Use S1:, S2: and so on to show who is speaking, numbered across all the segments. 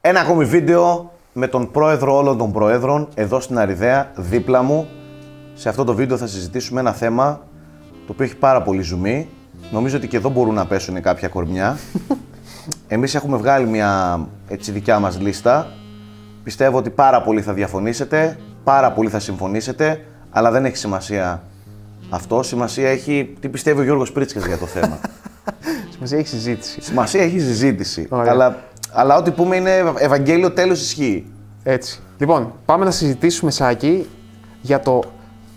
S1: Ένα ακόμη βίντεο με τον πρόεδρο όλων των προέδρων εδώ στην Αριδαία, δίπλα μου. Σε αυτό το βίντεο θα συζητήσουμε ένα θέμα το οποίο έχει πάρα πολύ ζουμί. Νομίζω ότι και εδώ μπορούν να πέσουν κάποια κορμιά. Εμείς έχουμε βγάλει μια έτσι δικιά μας λίστα. Πιστεύω ότι πάρα πολύ θα διαφωνήσετε, πάρα πολύ θα συμφωνήσετε, αλλά δεν έχει σημασία αυτό. Σημασία έχει τι πιστεύει ο Γιώργος Πρίτσκας για το θέμα.
S2: Σημασία έχει συζήτηση.
S1: Σημασία έχει συζήτηση.
S2: Ωραία.
S1: Αλλά, αλλά ό,τι πούμε είναι Ευαγγέλιο τέλος ισχύει.
S2: Έτσι. Λοιπόν, πάμε να συζητήσουμε, Σάκη, για το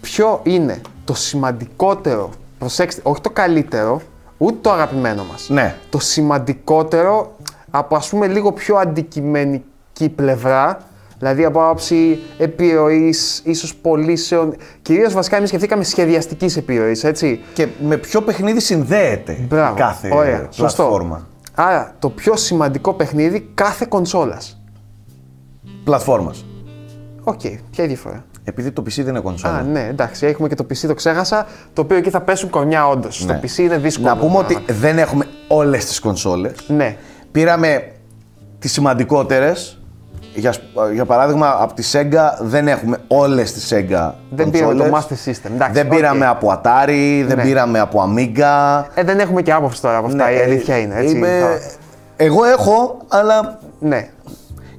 S2: ποιο είναι το σημαντικότερο, προσέξτε, όχι το καλύτερο, ούτε το αγαπημένο μας.
S1: Ναι.
S2: Το σημαντικότερο από ας πούμε λίγο πιο αντικειμενική πλευρά, δηλαδή από άποψη επιρροής, ίσως πωλήσεων, κυρίως βασικά εμείς σκεφτήκαμε σχεδιαστικής επιρροής, έτσι.
S1: Και με ποιο παιχνίδι συνδέεται
S2: Μπράβο.
S1: η κάθε
S2: Ωραία.
S1: πλατφόρμα.
S2: Σωστό. Άρα, το πιο σημαντικό παιχνίδι κάθε κονσόλας.
S1: Πλατφόρμας.
S2: Οκ, ποια είναι η διαφορά.
S1: Επειδή το PC δεν είναι κονσόλα.
S2: Α, ναι, εντάξει, έχουμε και το PC, το ξέχασα. Το οποίο εκεί θα πέσουν κορμιά, όντως.
S1: Ναι.
S2: Το PC είναι δύσκολο.
S1: Να πούμε
S2: το
S1: ότι
S2: πράγμα.
S1: δεν έχουμε όλες τις κονσόλες.
S2: Ναι,
S1: Πήραμε τις σημαντικότερες. Για, σ- για παράδειγμα, από τη Sega δεν έχουμε όλες τις Sega
S2: Δεν πήραμε
S1: κονσόλες.
S2: το Master System, εντάξει,
S1: δεν
S2: οκ.
S1: πήραμε από Atari, δεν
S2: Ναι.
S1: πήραμε από Amiga.
S2: ε, δεν έχουμε και άποψη τώρα από αυτά. η
S1: ε,
S2: αλήθεια είναι. Έτσι,
S1: είμαι-
S2: θα-
S1: Εγώ έχω, αλλά
S2: Ναι,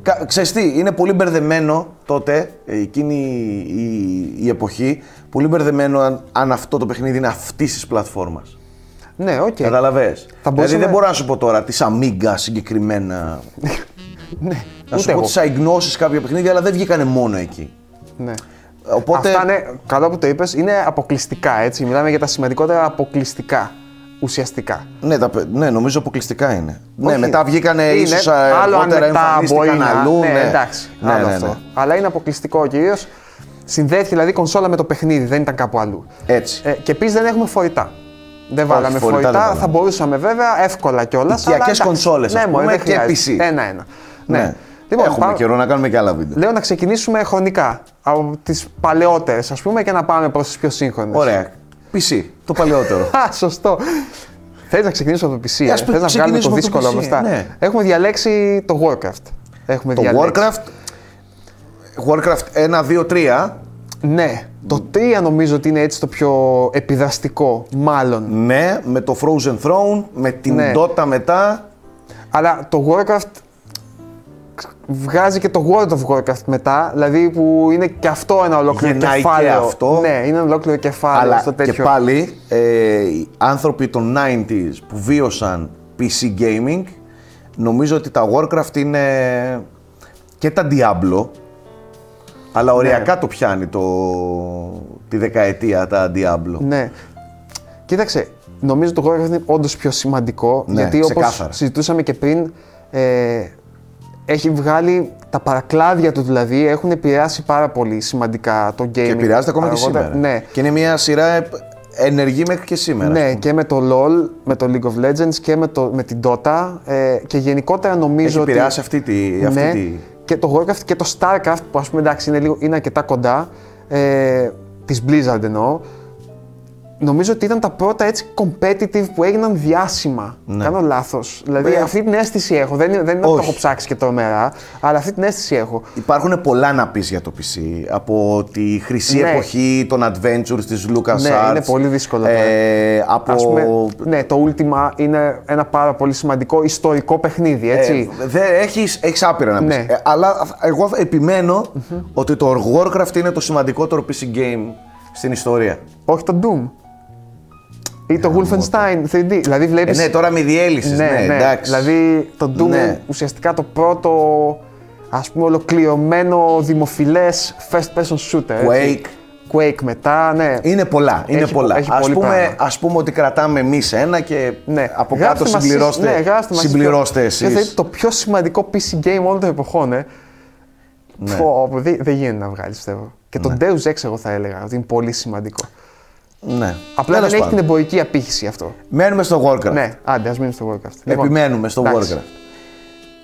S1: Κα- Ξέρεις τι, είναι πολύ μπερδεμένο τότε, ε, εκείνη η, η εποχή, πολύ μπερδεμένο αν, αν αυτό το παιχνίδι είναι αυτής της πλατφόρμας.
S2: ναι, οκ.
S1: Καταλαβες. Δηλαδή
S2: μπορούσαμε-
S1: δεν μπορώ να σου πω τώρα της Amiga συγκεκριμένα.
S2: Ναι,
S1: να σου
S2: ούτε
S1: πω
S2: εγώ.
S1: τι αγνώσει κάποια παιχνίδια, αλλά δεν βγήκανε μόνο εκεί.
S2: Ναι.
S1: Οπότε.
S2: Αυτά ναι. είναι, καλά που το είπες, είναι αποκλειστικά έτσι. Μιλάμε για τα σημαντικότερα αποκλειστικά. Ουσιαστικά.
S1: Ναι, τα, πε- ναι, νομίζω αποκλειστικά είναι. ναι,
S2: Όχι.
S1: μετά βγήκανε
S2: Είναι,
S1: ίσως
S2: άλλο αν
S1: αργότερα
S2: μετά μπορεί
S1: εμφανίστηκαν
S2: να.
S1: αλλού.
S2: ναι, εντάξει.
S1: ναι,
S2: άλλο
S1: ναι,
S2: αυτό.
S1: ναι.
S2: Αλλά είναι αποκλειστικό κυρίως. Συνδέθηκε δηλαδή η κονσόλα με το παιχνίδι, δεν ήταν κάπου αλλού.
S1: Έτσι.
S2: Ε, και επίσης δεν έχουμε φορητά. Δεν βάλαμε
S1: φορητά
S2: φορητά,
S1: δεν βάλαμε.
S2: θα μπορούσαμε βέβαια εύκολα κιόλας.
S1: Οικιακές κονσόλες, ας
S2: Ναι, μωρέ,
S1: πούμε,
S2: δεν
S1: και
S2: χρειάζεται.
S1: PC.
S2: Ένα-ένα. Ναι.
S1: ναι.
S2: Λοιπόν,
S1: Έχουμε
S2: πάμε-
S1: καιρό να κάνουμε και άλλα βίντεο.
S2: Λέω να ξεκινήσουμε χρονικά από τις παλαιότερες, ας πούμε, και να πάμε προς τις πιο σύγχρονες.
S1: Ωραία. PC, το παλαιότερο.
S2: Α, σωστό. Θέλει να ξεκινήσω από το PC.
S1: Ε,
S2: Ε,
S1: ας
S2: Θες να βγάλουμε το
S1: ξεκινήσουμε από το
S2: δύσκολο
S1: PC,
S2: από αυτά.
S1: ναι.
S2: Έχουμε διαλέξει το Warcraft. Έχουμε
S1: Το
S2: διαλέξει.
S1: Warcraft. Warcraft 1, 2, 3.
S2: Ναι. Το 3 νομίζω ότι είναι έτσι το πιο επιδραστικό, μάλλον.
S1: Ναι, με το Frozen Throne, με την
S2: Ναι.
S1: Dota μετά.
S2: Αλλά το Warcraft βγάζει και το World of Warcraft μετά, δηλαδή που είναι και αυτό ένα ολόκληρο
S1: Γεννάει και
S2: κεφάλαιο.
S1: αυτό.
S2: Ναι, είναι ένα ολόκληρο κεφάλαιο
S1: αλλά
S2: στο
S1: και
S2: τέτοιο.
S1: πάλι ε, οι άνθρωποι των 90s που βίωσαν PC gaming, νομίζω ότι τα Warcraft είναι και τα Diablo, αλλά
S2: Ναι.
S1: οριακά το πιάνει το, τη δεκαετία τα Diablo.
S2: Ναι. Κοίταξε, νομίζω το Warcraft είναι όντως πιο σημαντικό,
S1: Ναι,
S2: γιατί όπως
S1: ξεκάθαρα.
S2: συζητούσαμε και πριν, ε, έχει βγάλει τα παρακλάδια του δηλαδή, έχουν επηρεάσει πάρα πολύ σημαντικά το gaming.
S1: Και επηρεάζεται ακόμα και
S2: αργότερα.
S1: σήμερα.
S2: Ναι.
S1: Και είναι μια σειρά ε, ενεργή μέχρι και σήμερα. ας
S2: Ναι, και με το LoL, με το League of Legends και με, το, με την Dota ε, και γενικότερα νομίζω
S1: Έχει
S2: ότι...
S1: επηρεάσει αυτή τη. Αυτή
S2: ναι,
S1: τη...
S2: και το Warcraft και το Starcraft που ας πούμε εντάξει είναι, λίγο, είναι αρκετά κοντά, ε, της Blizzard εννοώ, νομίζω ότι ήταν τα πρώτα έτσι competitive που έγιναν διάσημα. Κάνω λάθος. Δηλαδή
S1: Ε,
S2: αυτή την αίσθηση έχω, δεν, είναι- δεν είναι ότι το
S1: Ναι. όχι.
S2: έχω ψάξει και τρομερά, αλλά αυτή την αίσθηση έχω.
S1: Υπάρχουν πολλά να πεις για το PC. Από τη χρυσή
S2: Ναι.
S1: εποχή των adventures της LucasArts.
S2: Ναι, είναι πολύ δύσκολο τώρα.
S1: Ε, από...
S2: Ας πούμε, ναι, το Ultima είναι ένα πάρα πολύ σημαντικό ιστορικό παιχνίδι, έτσι.
S1: Ε, δε, έχεις, έχεις άπειρα να πεις.
S2: Ναι.
S1: Ε, αλλά εγώ επιμενω ότι το Warcraft είναι το σημαντικότερο PC game στην ιστορία. Ε, ναι,
S2: Όχι το Doom. Ή το Wolfenstein 3D. Δηλαδή
S1: Ε,
S2: βλέπεις...
S1: ναι, τώρα με διέλυσες. Ναι, εντάξει.
S2: Δηλαδή το Doom
S1: Ναι.
S2: ουσιαστικά το πρώτο ας πούμε ολοκληρωμένο δημοφιλές first person shooter. έτσι. Quake μετά, ναι.
S1: Είναι πολλά, είναι
S2: Έχει-
S1: πολλά.
S2: έχει
S1: ας,
S2: πολύ
S1: πούμε,
S2: πράγμα.
S1: ας πούμε ότι κρατάμε εμείς ένα και
S2: Ναι.
S1: από
S2: Γράψτε
S1: κάτω
S2: μας
S1: συμπληρώστε,
S2: εσείς- ναι, γράψτε μας
S1: συμπληρώστε
S2: εσείς ποιο-
S1: εσείς.
S2: ποιο θα είναι το πιο σημαντικό PC game όλων των εποχών, ε.
S1: Ναι.
S2: Πω, πω, δεν δεν γίνεται να βγάλεις, πιστεύω. Και το Deus Ex, εγώ θα έλεγα ότι είναι πολύ σημαντικό.
S1: Ναι.
S2: Απλά
S1: Τέλος
S2: δεν
S1: πάντων.
S2: έχει την εμπορική απήχηση αυτό.
S1: Μένουμε στο Warcraft.
S2: Ναι, άντε, ας μείνουμε στο Warcraft. Λοιπόν,
S1: Επιμένουμε στο
S2: εντάξει.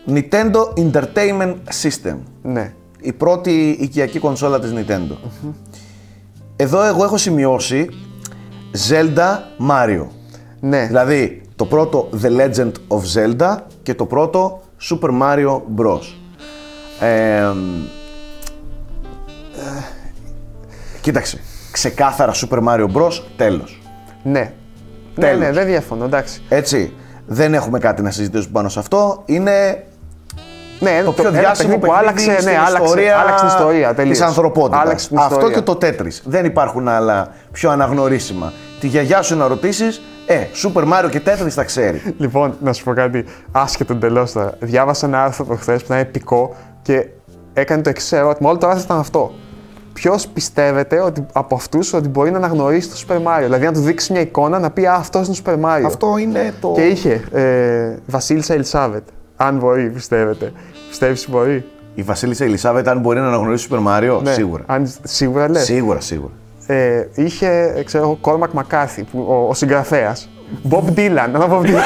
S1: Warcraft. Nintendo Entertainment System.
S2: Ναι.
S1: Η πρώτη οικιακή κονσόλα της Nintendo. Εδώ εγώ έχω σημειώσει Zelda Mario.
S2: Ναι.
S1: Δηλαδή το πρώτο The Legend of Zelda και το πρώτο Super Mario Bros. Ε, κοίταξε. Ξεκάθαρα Super Mario Bros. Τέλος.
S2: Ναι. Ναι,
S1: Τέλος.
S2: ναι, δεν διαφωνώ, εντάξει.
S1: Έτσι. Δεν έχουμε κάτι να συζητήσουμε πάνω σε αυτό. Είναι
S2: Ναι,
S1: το πιο
S2: ένα
S1: διάσημο
S2: παιχνίδι που άλλαξε, ναι,
S1: στην
S2: άλλαξε,
S1: ιστορία
S2: άλλαξε την ιστορία.
S1: της
S2: Τελείως.
S1: ανθρωπότητας.
S2: Άλλαξε την
S1: Αυτό
S2: ιστορία.
S1: και το Tetris. Δεν υπάρχουν άλλα πιο αναγνωρίσιμα. Τη γιαγιά σου να ρωτήσεις, ε, Super Mario και Tetris τα ξέρει.
S2: Λοιπόν, να σου πω κάτι άσχετο εντελώς τώρα. Διάβασα ένα άρθρο προχθέ που ήταν επικό και έκανε το εξής ερώτημα. Όλο το άρθρο ήταν αυτό. Ποιος πιστεύετε ότι, από αυτούς ότι μπορεί να αναγνωρίσει το Super Mario, δηλαδή να του δείξει μια εικόνα να πει Α, αυτός είναι το Super Mario.
S1: Αυτό είναι το...
S2: Και είχε ε, Βασίλισσα Ελισάβετ. Αν μπορεί, πιστεύετε. Πιστεύεις μπορεί.
S1: Η Βασίλισσα Ελισάβετ, αν μπορεί να αναγνωρίσει Super Mario,
S2: Ναι.
S1: σίγουρα.
S2: Αν, σίγουρα λες.
S1: Σίγουρα, σίγουρα.
S2: ε, είχε, ε, ξέρω εγώ, Κόρμακ Μακάθι, που- ο, ο συγγραφέας. Μπομπ Ντίλαν, ένα Μπομπ Ντίλαν.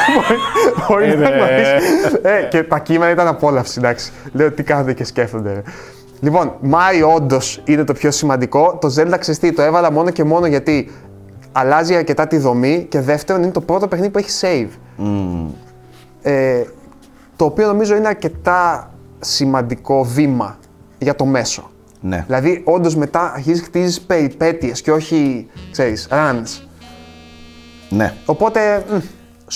S2: Μπορεί να
S1: Ε, ναι.
S2: γνωρίσει. Ε, και τα κείμενα ήταν απόλαυση, εντάξει. Λέω τι κάνετε και σκέφτονται. ρε. Λοιπόν, Μάιο όντως είναι το πιο σημαντικό. Το Zelda ξεστή το έβαλα μόνο και μόνο γιατί αλλάζει αρκετά τη δομή και δεύτερον είναι το πρώτο παιχνίδι που έχει save. Ε, το οποίο νομίζω είναι αρκετά σημαντικό βήμα για το μέσο.
S1: Ναι.
S2: Δηλαδή, όντως μετά αρχίζεις χτίζεις περιπέτειες και όχι, ξέρεις, runs.
S1: ναι.
S2: Οπότε, μ,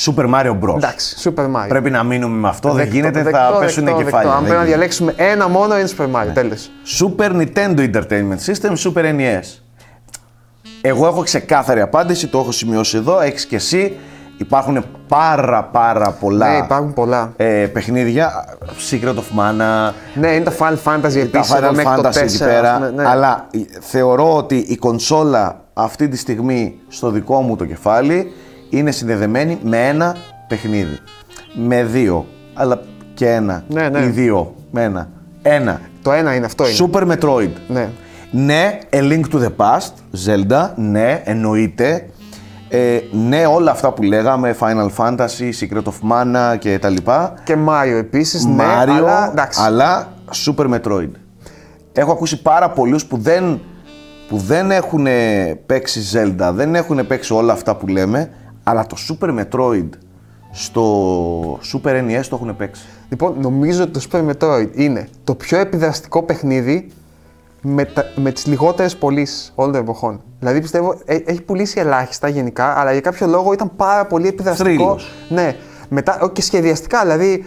S1: Super Mario Bros.
S2: εντάξει, Super Mario.
S1: Πρέπει να μείνουμε με αυτό, δεν
S2: Δεκτό,
S1: γίνεται,
S2: δεκτό,
S1: θα
S2: δεκτό,
S1: πέσουν
S2: δεκτό.
S1: κεφάλια.
S2: Αν
S1: δεν
S2: πρέπει να
S1: γίνεται. Ναι.
S2: διαλέξουμε ένα μόνο, είναι Super Mario. Τέλος.
S1: Super Nintendo Entertainment System, Super NES. Εγώ έχω ξεκάθαρη απάντηση, το έχω σημειώσει εδώ, έχεις και εσύ. Υπάρχουν πάρα πάρα πολλά
S2: Ναι, υπάρχουν πολλά.
S1: ε, παιχνίδια, Secret of Mana,
S2: Ναι, είναι τα Final Fantasy
S1: τα
S2: επίσης.
S1: Final Fantasy εκεί πέρα,
S2: Αλλά...
S1: αλλά ε, θεωρώ ότι η κονσόλα αυτή τη στιγμή στο δικό μου το κεφάλι είναι συνδεδεμένη με ένα παιχνίδι. Με δύο, αλλά και ένα.
S2: Ναι, ναι.
S1: Ή δύο, με ένα. Ένα.
S2: Το ένα είναι αυτό. Είναι.
S1: Super Metroid.
S2: Ναι.
S1: Ναι, A Link to the Past, Zelda, ναι, εννοείται. Ε, ναι, όλα αυτά που λέγαμε, Final Fantasy, Secret of Mana και τα λοιπά.
S2: Και Mario επίσης. Ναι,
S1: Mario,
S2: αλλά, εντάξει.
S1: αλλά Super Metroid. Έχω ακούσει πάρα πολλούς που δεν, που δεν έχουν παίξει Zelda, δεν έχουν παίξει όλα αυτά που λέμε, αλλά το Super Metroid στο Super NES το έχουν παίξει.
S2: Λοιπόν, νομίζω ότι το Super Metroid είναι το πιο επιδραστικό παιχνίδι με, τα, με τις λιγότερες πωλήσεις όλων των εποχών. Δηλαδή πιστεύω ε, έχει πουλήσει ελάχιστα γενικά, αλλά για κάποιο λόγο ήταν πάρα πολύ επιδραστικό.
S1: Θρύλος.
S2: Ναι. Μετά, ο, και σχεδιαστικά, δηλαδή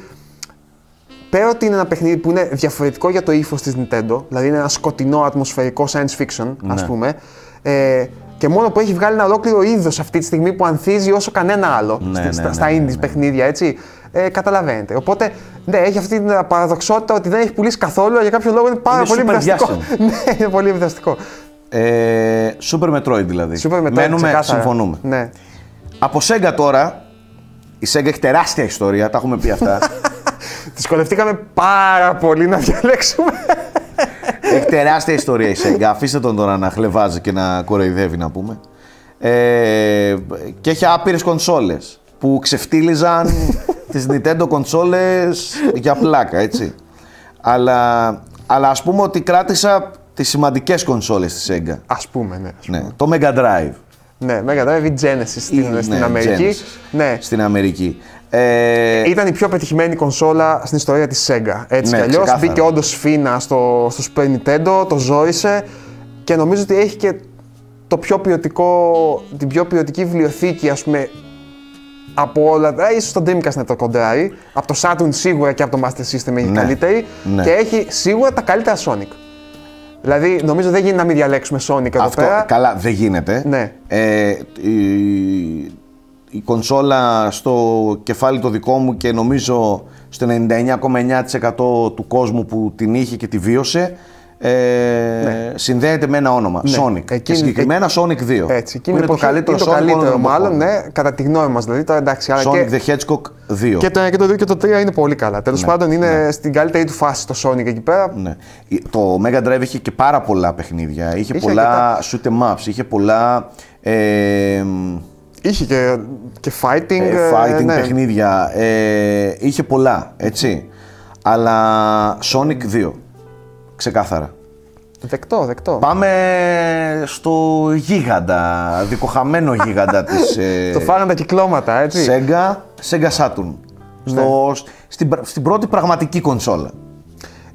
S2: πέρα ότι είναι ένα παιχνίδι που είναι διαφορετικό για το ύφος της Nintendo, δηλαδή είναι ένα σκοτεινό ατμοσφαιρικό science fiction, ας
S1: Ναι.
S2: α πούμε. Ε, και μόνο που έχει βγάλει ένα ολόκληρο είδος αυτή τη στιγμή που ανθίζει όσο κανένα άλλο
S1: Ναι,
S2: στη-
S1: ναι,
S2: στα,
S1: ναι,
S2: στα
S1: ναι,
S2: indies παιχνίδια, έτσι. Ε, καταλαβαίνετε. Οπότε, ναι, έχει αυτή την παραδοξότητα ότι δεν έχει πουλήσει καθόλου, αλλά για κάποιο λόγο είναι πάρα
S1: Είναι
S2: πολύ
S1: super
S2: επιδραστικό. ναι, είναι πολύ επιδραστικό.
S1: Ε, Super Metroid δηλαδή.
S2: Super Metroid,
S1: Μένουμε,
S2: ξεκάθαρα.
S1: συμφωνούμε.
S2: Ναι.
S1: Από Sega τώρα, η Sega έχει τεράστια ιστορία, τα έχουμε πει αυτά.
S2: Δυσκολευτήκαμε πάρα πολύ να διαλέξουμε.
S1: έχει τεράστια ιστορία η Sega, αφήστε τον τώρα να χλεβάζει και να κοροϊδεύει να πούμε. Ε, και έχει άπειρες κονσόλες που ξεφτύλιζαν τις Nintendo κονσόλες για πλάκα, έτσι. Αλλά, αλλά ας πούμε ότι κράτησα τις σημαντικές κονσόλες της Sega.
S2: Ας πούμε, ναι. ας πούμε.
S1: Ναι, το Mega Drive.
S2: Ναι, Mega Drive ή Genesis στην,
S1: Ή-
S2: στην
S1: ναι,
S2: Αμερική.
S1: Genesis.
S2: Ναι.
S1: Στην Αμερική. Ε,
S2: Ήταν η πιο πετυχημένη κονσόλα στην ιστορία της Sega. Έτσι
S1: Ναι,
S2: κι αλλιώς
S1: ξεκάθαρα.
S2: μπήκε όντως φίνα στο, στο Super Nintendo, το ζόρισε και νομίζω ότι έχει και το πιο ποιοτικό, την πιο ποιοτική βιβλιοθήκη, ας πούμε, από όλα τα. ίσως το Dreamcast να το κοντράρει. Από το Saturn σίγουρα και από το Master System έχει
S1: Ναι,
S2: καλύτερη.
S1: ναι.
S2: Και έχει σίγουρα τα καλύτερα Sonic. Δηλαδή, νομίζω δεν γίνεται να μην διαλέξουμε Sonic εδώ
S1: Αυτό
S2: πέρα.
S1: καλά δεν γίνεται.
S2: Ναι.
S1: Ε, η, η κονσόλα στο κεφάλι το δικό μου και νομίζω στο 99,9% του κόσμου που την είχε και τη βίωσε ε, συνδέεται με ένα όνομα, Sonic. και
S2: Ναι. Εκείνη- ε,
S1: συγκεκριμένα Sonic 2.
S2: Έτσι,
S1: που
S2: εκείνη
S1: είναι το
S2: εποχή-
S1: καλύτερο
S2: είναι
S1: Sonic
S2: το καλύτερο
S1: όλων των
S2: μάλλον,
S1: εποχών.
S2: ναι, κατά τη γνώμη μας. Δηλαδή, τώρα εντάξει, αλλά και-
S1: Sonic the Hedgehog 2.
S2: Και το, και το 2 και το 3 είναι πολύ καλά. Τέλος πάντων είναι στην καλύτερη του φάση το Sonic εκεί πέρα.
S1: Ναι. Η- Το Mega Drive είχε και πάρα πολλά παιχνίδια. Είχε,
S2: Είχε
S1: πολλά shoot 'em ups, είχε πολλά. Ε,
S2: Είχε και, και fighting.
S1: ε,
S2: ε,
S1: fighting
S2: ναι.
S1: παιχνίδια. Ε, είχε πολλά, έτσι. Αλλά Sonic 2. Ξεκάθαρα.
S2: Δεκτό, δεκτό.
S1: Πάμε στο γίγαντα, δικοχαμένο γίγαντα της ε,
S2: Το φάγανε τα κυκλώματα, έτσι. Ναι.
S1: Sega, Sega Saturn. Στο, στην, πρα- στην πρώτη πραγματική κονσόλα.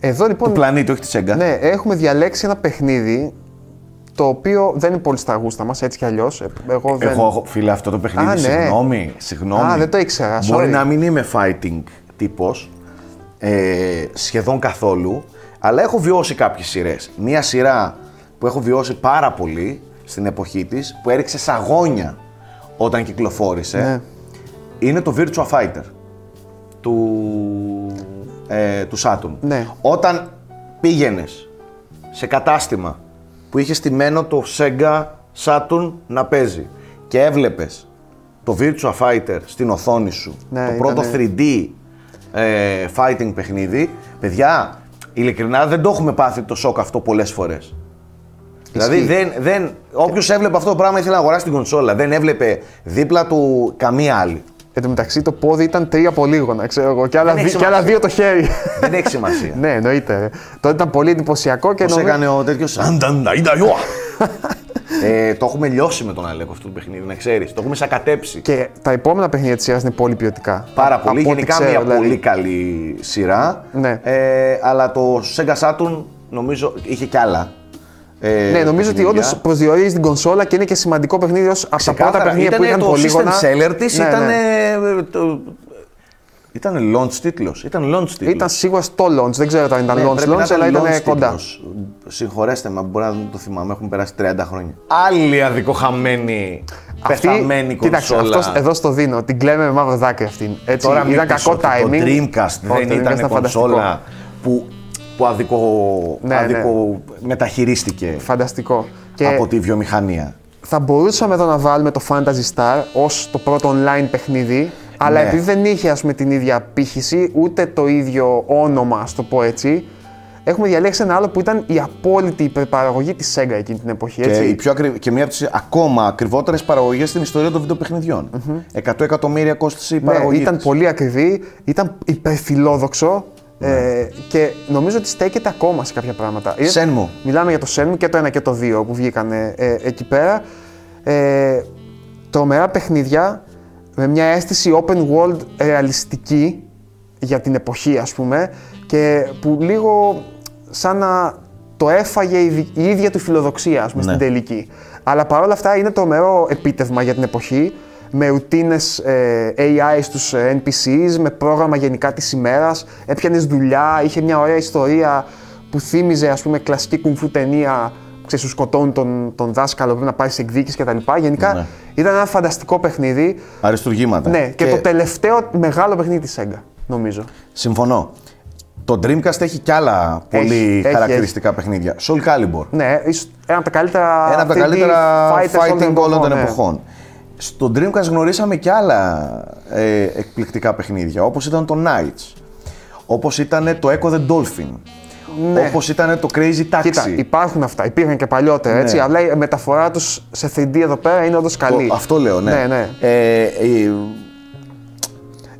S2: Εδώ
S1: Του
S2: λοιπόν.
S1: πλανήτη, όχι της Σέγγα.
S2: Ναι, έχουμε διαλέξει ένα παιχνίδι το οποίο δεν είναι πολύ στα γούστα μας, έτσι κι αλλιώς. Εγώ δεν.
S1: Εγώ, έχω- φίλε, αυτό το παιχνίδι,
S2: Α, ναι.
S1: συγγνώμη, συγγνώμη.
S2: Α, δεν το ήξερα,
S1: Μπορεί
S2: sorry.
S1: να μην είμαι fighting τύπος, ε, σχεδόν καθόλου, αλλά έχω βιώσει κάποιες σειρές. Μία σειρά που έχω βιώσει πάρα πολύ στην εποχή της, που έριξε σαγόνια όταν κυκλοφόρησε,
S2: Ναι.
S1: είναι το Virtua Fighter του, ε, του Saturn.
S2: Ναι.
S1: Όταν πήγαινες σε κατάστημα που είχε στημένο το Sega Saturn να παίζει και έβλεπες το Virtua Fighter στην οθόνη σου,
S2: Ναι,
S1: το πρώτο
S2: ήτανε-
S1: 3D ε, fighting παιχνίδι, παιδιά, ειλικρινά δεν το έχουμε πάθει το σοκ αυτό πολλές φορές. Δηλαδή, δεν, δεν, όποιος έβλεπε αυτό το πράγμα ήθελε να αγοράσει την κονσόλα, δεν έβλεπε δίπλα του καμία άλλη.
S2: Εν τω μεταξύ το πόδι ήταν τρία πολύγωνα, ξέρω εγώ, και άλλα,
S1: Δεν
S2: δι-
S1: έχει
S2: και άλλα
S1: σημασία.
S2: δύο το χέρι.
S1: δεν έχει σημασία.
S2: ναι, εννοείται. ρε. Τότε ήταν πολύ εντυπωσιακό και
S1: Πώς
S2: νομίζω-
S1: έκανε ο τέτοιος. ε, το έχουμε λιώσει με τον Αλέκο αυτό το παιχνίδι, να ξέρεις. Το έχουμε σακατέψει.
S2: Και τα επόμενα παιχνίδια της σειράς είναι πολύ ποιοτικά.
S1: Πάρα
S2: Α-
S1: πολύ.
S2: από ό,τι
S1: Γενικά
S2: ξέρω,
S1: μια
S2: δηλαδή.
S1: πολύ καλή σειρά.
S2: Ναι.
S1: Ε, αλλά το Sega Saturn νομίζω είχε κι άλλα. ε,
S2: Ναι, νομίζω ότι όντως
S1: παιχνίδια.
S2: προσδιορίζει την κονσόλα και είναι και σημαντικό παιχνίδι ως από τα πρώτα
S1: Ξεκάθαρα,
S2: παιχνίδια που
S1: ήτανε
S2: είχαν
S1: το
S2: πολύγωνα.
S1: system seller της
S2: Ναι,
S1: ήταν.
S2: ναι.
S1: ε, το- Ήταν launch τίτλος. Ήταν launch τίτλος.
S2: Ήταν σίγουρα στο launch, δεν ξέρω αν ήταν
S1: Ναι,
S2: launch,
S1: πρέπει να
S2: launch, αλλά ήταν
S1: launch
S2: κοντά.
S1: τίτλος. Συγχωρέστε με, μπορεί να δεν το θυμάμαι, έχουν περάσει 30 χρόνια. Άλλη αδικοχαμένη, πεθαμένη
S2: κοίταξε,
S1: κονσόλα.
S2: αυτός, εδώ στο δίνω, την κλαίμε με μαύρο δάκρυ αυτήν. Έτσι,
S1: Τώρα μην
S2: ήταν
S1: πεις
S2: κακό
S1: ότι
S2: timing.
S1: Το Dreamcast
S2: Όχι,
S1: δεν
S2: το Dreamcast
S1: ήταν κονσόλα
S2: Φανταστικό.
S1: που, που αδικο,
S2: Ναι,
S1: αδικο- μεταχειρίστηκε
S2: φανταστικό. Και
S1: από τη βιομηχανία.
S2: θα μπορούσαμε εδώ να βάλουμε το Fantasy Star ως το πρώτο online παιχνίδι, αλλά
S1: Ναι.
S2: επειδή δεν είχε ας πούμε, την ίδια απήχηση, ούτε το ίδιο όνομα, ας το πω έτσι, έχουμε διαλέξει ένα άλλο που ήταν η απόλυτη υπερπαραγωγή της Sega εκείνη την εποχή.
S1: Και,
S2: Έτσι.
S1: η πιο ακρι... και μία από τις ακόμα ακριβότερες παραγωγές στην ιστορία των βιντεοπαιχνιδιών. 100 εκατομμύρια κόστησε η
S2: Ναι,
S1: παραγωγή
S2: ήταν
S1: της.
S2: πολύ ακριβή, ήταν υπερφιλόδοξο ε, και νομίζω ότι στέκεται ακόμα σε κάποια πράγματα. Είναι-
S1: Shenmue.
S2: Μιλάμε για το Σένμου και το 1 και το 2 που βγήκαν ε, ε, εκεί πέρα. Ε, τρομερά παιχνίδια με μια αίσθηση open world ρεαλιστική για την εποχή ας πούμε και που λίγο σαν να το έφαγε η, δι- η ίδια του φιλοδοξία ας πούμε,
S1: Ναι.
S2: στην τελική. Αλλά παρόλα αυτά είναι τρομερό επίτευγμα για την εποχή με ρουτίνες ε, AI στους ε, NPCs, με πρόγραμμα γενικά της ημέρας, έπιανες δουλειά, είχε μια ωραία ιστορία που θύμιζε ας πούμε κλασική κουμφού ταινία ξέρεις, σου σκοτώνουν τον, τον δάσκαλο, πρέπει να πάει σε εκδίκηση κτλ. Γενικά
S1: Ναι.
S2: ήταν ένα φανταστικό παιχνίδι.
S1: Αριστουργήματα.
S2: Ναι, και, το τελευταίο μεγάλο παιχνίδι της Sega, νομίζω.
S1: Συμφωνώ. Το Dreamcast έχει κι άλλα
S2: Έχει,
S1: πολύ
S2: έχει,
S1: χαρακτηριστικά παιχνίδια. Soul Calibur.
S2: Ναι, ίσως ένα από τα καλύτερα,
S1: Ένα από τα
S2: 3D
S1: καλύτερα
S2: fighters
S1: fighting όλων των
S2: ναι.
S1: εποχών. Στο Dreamcast γνωρίσαμε κι άλλα ε, εκπληκτικά παιχνίδια, όπως ήταν το Knights, όπως ήταν το Echo the Dolphin,
S2: Ναι.
S1: όπως ήταν το Crazy Taxi.
S2: Κοίτα, υπάρχουν αυτά. Υπήρχαν και παλιότερα, έτσι.
S1: Ναι.
S2: Αλλά η μεταφορά τους σε 3D εδώ πέρα είναι όντως
S1: Το-
S2: καλή.
S1: αυτό λέω, ναι.
S2: Ναι, ναι.
S1: Ε, ε,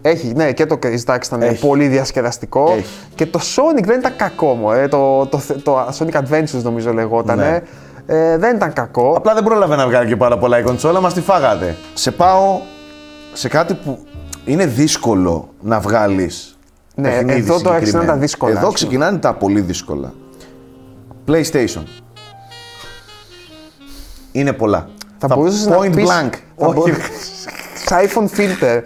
S2: Έχει, ναι, και το Crazy Taxi ήταν
S1: Έχει.
S2: πολύ διασκεδαστικό.
S1: Έχει.
S2: Και το Sonic δεν ήταν κακό μου. Ε. Το, το, το, Sonic Adventures νομίζω λεγόταν.
S1: Ναι.
S2: Ε, δεν ήταν κακό.
S1: Απλά δεν πρόλαβε να βγάλει και πάρα πολλά η κονσόλα, μας τη φάγατε. Σε πάω σε κάτι που είναι δύσκολο να βγάλεις
S2: Ναι,
S1: παιχνίδι
S2: εδώ τώρα
S1: συγκεκριμένο.
S2: ξεκινάνε τα δύσκολα, ας
S1: Εδώ
S2: πούμε.
S1: ξεκινάνε τα πολύ δύσκολα. PlayStation. Είναι πολλά.
S2: Θα μπορούσες να
S1: Point
S2: πεις-
S1: blank.
S2: θα
S1: Όχι.
S2: μπορούσες- Siphon filter.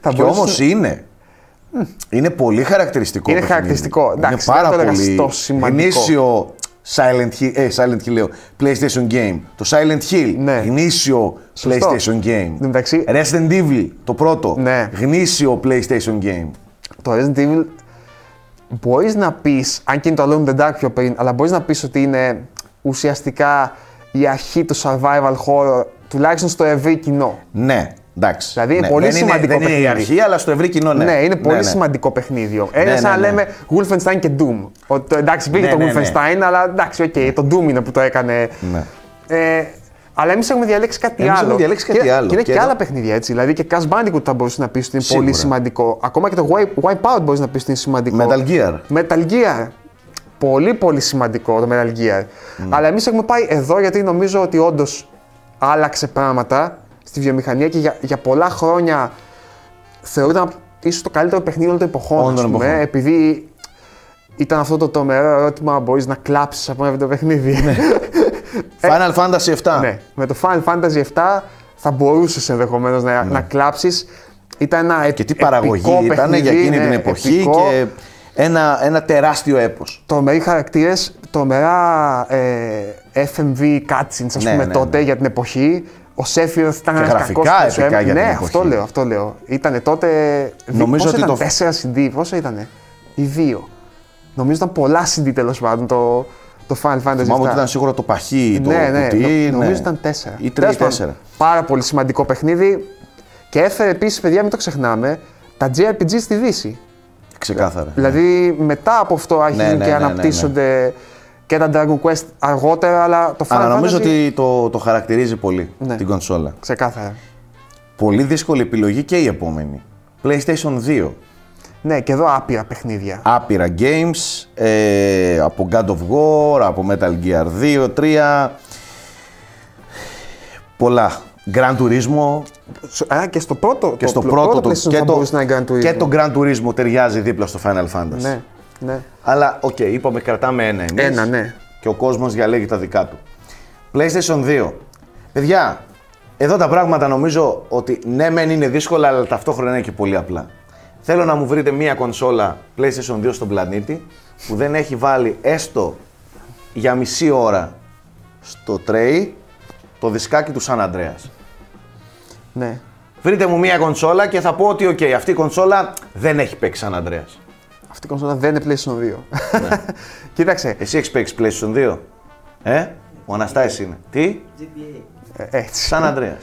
S2: θα
S1: Και
S2: μπορούσες-
S1: όμως είναι. Είναι πολύ χαρακτηριστικό.
S2: Είναι
S1: παιχνίδι.
S2: χαρακτηριστικό.
S1: είναι
S2: Εντάξει,
S1: πάρα
S2: δεν το έλεγα
S1: πολύ
S2: στο σημαντικό.
S1: γνήσιο Silent Hill, ε, Silent Hill λέω, PlayStation Game. Το Silent Hill,
S2: Ναι.
S1: γνήσιο
S2: Σωστό.
S1: PlayStation Game.
S2: Εν τω μεταξύ-
S1: Resident Evil, το πρώτο,
S2: Ναι.
S1: γνήσιο PlayStation Game.
S2: Το Resident Evil μπορείς να πεις, αν και είναι το Alone in the Dark πιο πριν, αλλά μπορείς να πεις ότι είναι ουσιαστικά η αρχή του survival horror, τουλάχιστον στο ευρύ κοινό.
S1: Ναι, εντάξει.
S2: Δηλαδή,
S1: ναι.
S2: πολύ
S1: δεν
S2: σημαντικό
S1: Είναι, δεν είναι η
S2: παιχνίδι.
S1: αρχή, αλλά στο ευρύ κοινό ναι.
S2: Ναι, είναι πολύ
S1: ναι.
S2: σημαντικό παιχνίδι. Είναι
S1: Ναι,
S2: σαν
S1: ναι,
S2: να
S1: ναι.
S2: λέμε Wolfenstein και Doom. Ότι, εντάξει, πήγε
S1: Ναι,
S2: το
S1: ναι, ναι.
S2: Wolfenstein, αλλά εντάξει, οκ, το Doom είναι που το έκανε.
S1: Ναι.
S2: Ε, αλλά εμείς έχουμε διαλέξει κάτι
S1: Εμείς
S2: άλλο.
S1: έχουμε διαλέξει κάτι
S2: και,
S1: άλλο.
S2: Και είναι
S1: Και
S2: και,
S1: εδώ-
S2: άλλα παιχνίδια έτσι. Δηλαδή και Crash Bandicoot θα μπορούσε να πεις ότι είναι πολύ
S1: Σίγουρα.
S2: σημαντικό. Ακόμα και το Wipe- Wipeout μπορείς να πεις ότι είναι σημαντικό.
S1: Metal Gear.
S2: Metal Gear. Πολύ πολύ σημαντικό το Metal Gear.
S1: Mm.
S2: Αλλά εμείς έχουμε πάει εδώ γιατί νομίζω ότι όντως άλλαξε πράγματα στη βιομηχανία και για, για πολλά χρόνια θεωρούνταν ίσως το καλύτερο παιχνίδι όλων των εποχών.
S1: Όλων
S2: ας
S1: των
S2: πούμε,
S1: εποχών.
S2: Επειδή Ήταν αυτό το τομερό ερώτημα, μπορείς να κλάψεις από ένα βιντεοπαιχνίδι.
S1: Ναι. Final Fantasy 7.
S2: Ε, Ναι. Με το Final Fantasy 7 θα μπορούσες ενδεχομένως να, να κλάψεις. Ήταν ένα ναι, ε,
S1: Ναι. Και τι παραγωγή ήταν για εκείνη την εποχή και ένα, ένα τεράστιο έπος.
S2: Τρομεροί χαρακτήρες, τρομερά ε, FMV cutscenes, ας
S1: Ναι,
S2: πούμε,
S1: ναι,
S2: τότε για την εποχή. Ο Σέφιρος ήταν
S1: Και
S2: ένας
S1: γραφικά
S2: κακός
S1: επικά για
S2: ναι,
S1: την
S2: αυτό
S1: εποχή.
S2: λέω, αυτό λέω. Ήτανε τότε.
S1: Νομίζω
S2: πόσα
S1: ότι
S2: ήταν,
S1: το-
S2: 4 CD, πόσα ήτανε. Ή δύο. Νομίζω ήταν πολλά CD τέλος πάντων το, το Final Fantasy.
S1: Θυμάμαι ότι
S2: 7.
S1: ήταν σίγουρα το παχύ, το
S2: ναι, ναι,
S1: κουτί.
S2: νο-
S1: ναι.
S2: νομίζω ήταν τέσσερα.
S1: Ή τρία ή
S2: Τέλος πάντων,
S1: τέσσερα.
S2: Πάρα πολύ σημαντικό παιχνίδι. Και έφερε επίσης, παιδιά, μην το ξεχνάμε, τα JRPG στη Δύση.
S1: Ξεκάθαρα.
S2: Δηλαδή μετά από αυτό αρχίζουν
S1: ναι, ναι,
S2: και
S1: ναι, ναι.
S2: αναπτύσσονται και τα Dragon Quest αργότερα, αλλά το Final
S1: Αλλά νομίζω
S2: Fantasy,
S1: ότι το, το χαρακτηρίζει πολύ
S2: Ναι.
S1: την κονσόλα.
S2: Ξεκάθαρα.
S1: Πολύ δύσκολη επιλογή και η επόμενη. PlayStation 2.
S2: Ναι, και εδώ άπειρα παιχνίδια.
S1: Άπειρα games, ε, από God of War, από Metal Gear 2, 3. Πολλά. Grand Turismo
S2: Σ- Α, και στο πρώτο.
S1: και στο πρώτο
S2: το,
S1: το,
S2: PlayStation
S1: και,
S2: θα
S1: το,
S2: μπορούσε να είναι Grand Turismo.
S1: και το Grand Turismo ταιριάζει δίπλα στο Final Fantasy.
S2: Ναι, ναι.
S1: Αλλά οκ, είπαμε κρατάμε ένα εμείς
S2: Ένα, ναι.
S1: και ο κόσμος διαλέγει τα δικά του. PlayStation 2. Παιδιά, εδώ τα πράγματα νομίζω ότι ναι μεν είναι δύσκολα αλλά ταυτόχρονα είναι και πολύ απλά. Θέλω να μου βρείτε μία κονσόλα PlayStation 2 στον πλανήτη που δεν έχει βάλει έστω για μισή ώρα στο τρέι το δισκάκι του Σαν Ανδρέας.
S2: ναι.
S1: Βρείτε μου μία κονσόλα και θα πω ότι οκ, αυτή η κονσόλα δεν έχει παίξει Σαν Ανδρέας.
S2: Αυτή η κονσόλα δεν είναι PlayStation 2.
S1: Ναι.
S2: Κοίταξε.
S1: Εσύ έχεις παίξει PlayStation 2, ε, ο Αναστάης είναι. Τι,
S2: ε, Έτσι.
S1: Σαν Ανδρέας.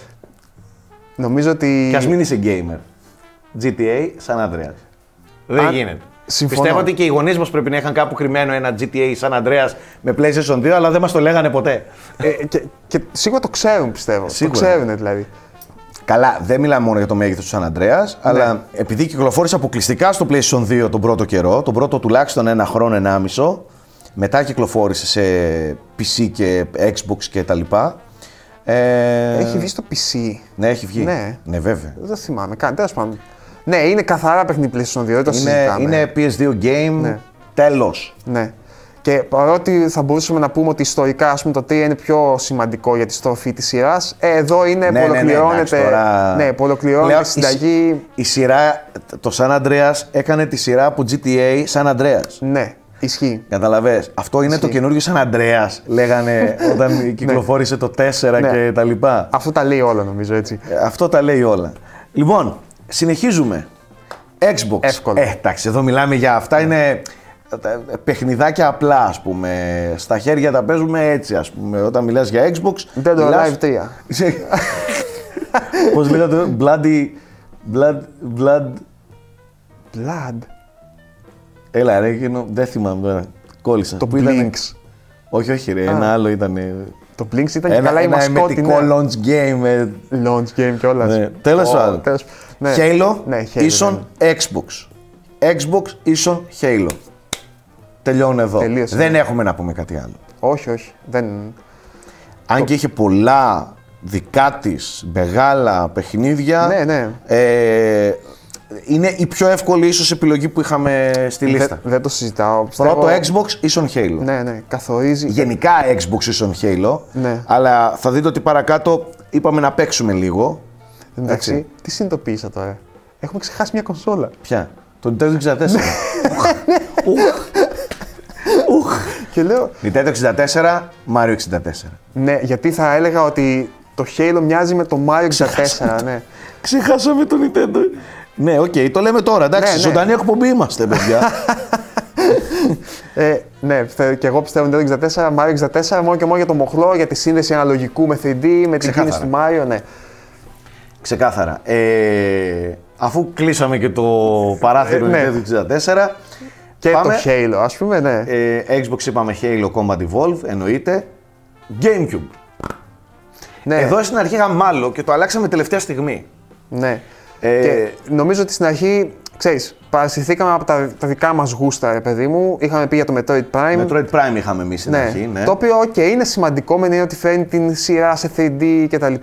S2: Νομίζω ότι.
S1: Και ας μην είσαι gamer. GTA Σαν Ανδρέας. Δεν
S2: Αν-
S1: γίνεται.
S2: Συμφωνώ.
S1: Πιστεύω ότι και οι γονείς μας πρέπει να είχαν κάπου κρυμμένο ένα GTA Σαν Ανδρέας με PlayStation 2, αλλά δεν μας το λέγανε ποτέ.
S2: Ε, και, και σίγουρα το ξέρουν πιστεύω.
S1: Σίγουρα.
S2: Το ξέρουν δηλαδή.
S1: Καλά, δεν μιλάμε μόνο για το μέγεθος του Σαν Ανδρέα, αλλά επειδή κυκλοφόρησε αποκλειστικά στο PlayStation 2 τον πρώτο καιρό, τον πρώτο τουλάχιστον ένα χρόνο, ένα μισό, μετά κυκλοφόρησε σε PC και Xbox και τα λοιπά. Ε,
S2: Έχει βγει στο PC.
S1: Ναι, έχει βγει.
S2: Ναι.
S1: βέβαια.
S2: Δεν θυμάμαι καν. Τέλος πάντων. Ναι, είναι καθαρά παιχνίδι PlayStation 2, δεν το
S1: Είναι,
S2: συζητάμε.
S1: είναι PS2 game,
S2: Ναι.
S1: τέλος.
S2: Ναι. Και παρότι θα μπορούσαμε να πούμε ότι ιστορικά ας πούμε, το 3 είναι πιο σημαντικό για τη στροφή της σειράς, ε, εδώ είναι που
S1: Ναι, εντάξει,
S2: ολοκληρώνεται.
S1: τώρα-
S2: ναι, που ολοκληρώνεται
S1: Πλέον
S2: η συνταγή.
S1: Η, σειρά, το Σαν Αντρέα έκανε τη σειρά από GTA Σαν Αντρέα.
S2: Ναι, ισχύει.
S1: Καταλαβες. Αυτό είναι το καινούριο Σαν Αντρέα, λέγανε όταν κυκλοφόρησε το 4
S2: Ναι.
S1: και τα λοιπά.
S2: Αυτό τα λέει όλα νομίζω έτσι.
S1: Ε, Αυτό τα λέει όλα. Λοιπόν, συνεχίζουμε. Xbox.
S2: Εύκολα.
S1: Ε, εντάξει, εδώ μιλάμε για αυτά. Είναι ε, τα- ε, παιχνιδάκια απλά, ας πούμε. Στα χέρια τα παίζουμε έτσι, ας πούμε. Όταν μιλάς για Xbox.
S2: Dead or
S1: μιλάς-
S2: Alive 3.
S1: Πώ λέγατε, Bloody. Blood. Blood.
S2: Blood.
S1: Έλα, ρε, εκείνο. Δεν θυμάμαι τώρα. Κόλλησα.
S2: Το
S1: Πού ήτανε?
S2: Blinks.
S1: Όχι, όχι, ρε. Ένα άλλο ήταν. Ένα,
S2: Το Blinks ήταν και καλά η
S1: ένα
S2: μασκότη.
S1: εμετικό
S2: ναι.
S1: launch game. ε,
S2: Launch game κιόλας.
S1: Ναι. Τέλος πάντων.
S2: Ναι.
S1: Halo
S2: Ναι, Halo
S1: ίσον Xbox. Xbox ίσον Halo. Τελειώνω εδώ.
S2: Τελείωσε,
S1: Δεν έχουμε να πούμε κάτι άλλο.
S2: Όχι, όχι. Δεν...
S1: Αν και είχε πολλά δικά της μεγάλα παιχνίδια.
S2: Ναι, ναι.
S1: Ε, είναι η πιο εύκολη ίσως επιλογή που είχαμε στη λίστα.
S2: Δεν, δεν το συζητάω.
S1: Πρώτο
S2: Πιστεύω-
S1: Xbox ίσον Halo.
S2: Ναι, ναι. Καθορίζει.
S1: Γενικά Xbox ίσον Halo.
S2: Ναι.
S1: Αλλά θα δείτε ότι παρακάτω είπαμε να παίξουμε λίγο.
S2: Εντάξει. Τι συνειδητοποίησα τώρα. Έχουμε ξεχάσει μια κονσόλα.
S1: Ποια. Το Nintendo 64. Ουχ. Ουχ.
S2: Και λέω.
S1: Nintendo 64, Mario 64.
S2: Ναι, γιατί θα έλεγα ότι το Halo μοιάζει με το Mario 64. ναι.
S1: Ξεχάσαμε το Nintendo. Ναι, οκ, το λέμε τώρα, εντάξει,
S2: Ναι, ναι.
S1: ζωντανή εκπομπή είμαστε, παιδιά.
S2: Ε, ναι, θε- και εγώ πιστεύω Nintendo 64, Mario 64, μόνο και μόνο για το μοχλό, για τη σύνδεση αναλογικού με 3D, με την
S1: Ξεκάθαρα.
S2: κίνηση του Mario, ναι.
S1: Ξεκάθαρα. Ε, αφού κλείσαμε και το παράθυρο
S2: Ε, ναι.
S1: Nintendo 64,
S2: Και
S1: πάμε,
S2: το Halo, ας πούμε, ναι.
S1: ε, Xbox είπαμε Halo Combat Evolve, εννοείται. Gamecube.
S2: ναι.
S1: Εδώ στην αρχή είχα μάλλον και το αλλάξαμε τελευταία στιγμή.
S2: Ναι.
S1: Ε,
S2: Και νομίζω ότι στην αρχή ξέρεις, παρασυρθήκαμε από τα, τα δικά μας γούστα, ρε παιδί μου. Είχαμε πει για το Metroid Prime.
S1: Metroid Prime είχαμε εμείς στην αρχή. Ναι.
S2: Ε, Το οποίο, οκ, είναι σημαντικό με την έννοια ότι φέρνει την σειρά σε 3D κτλ.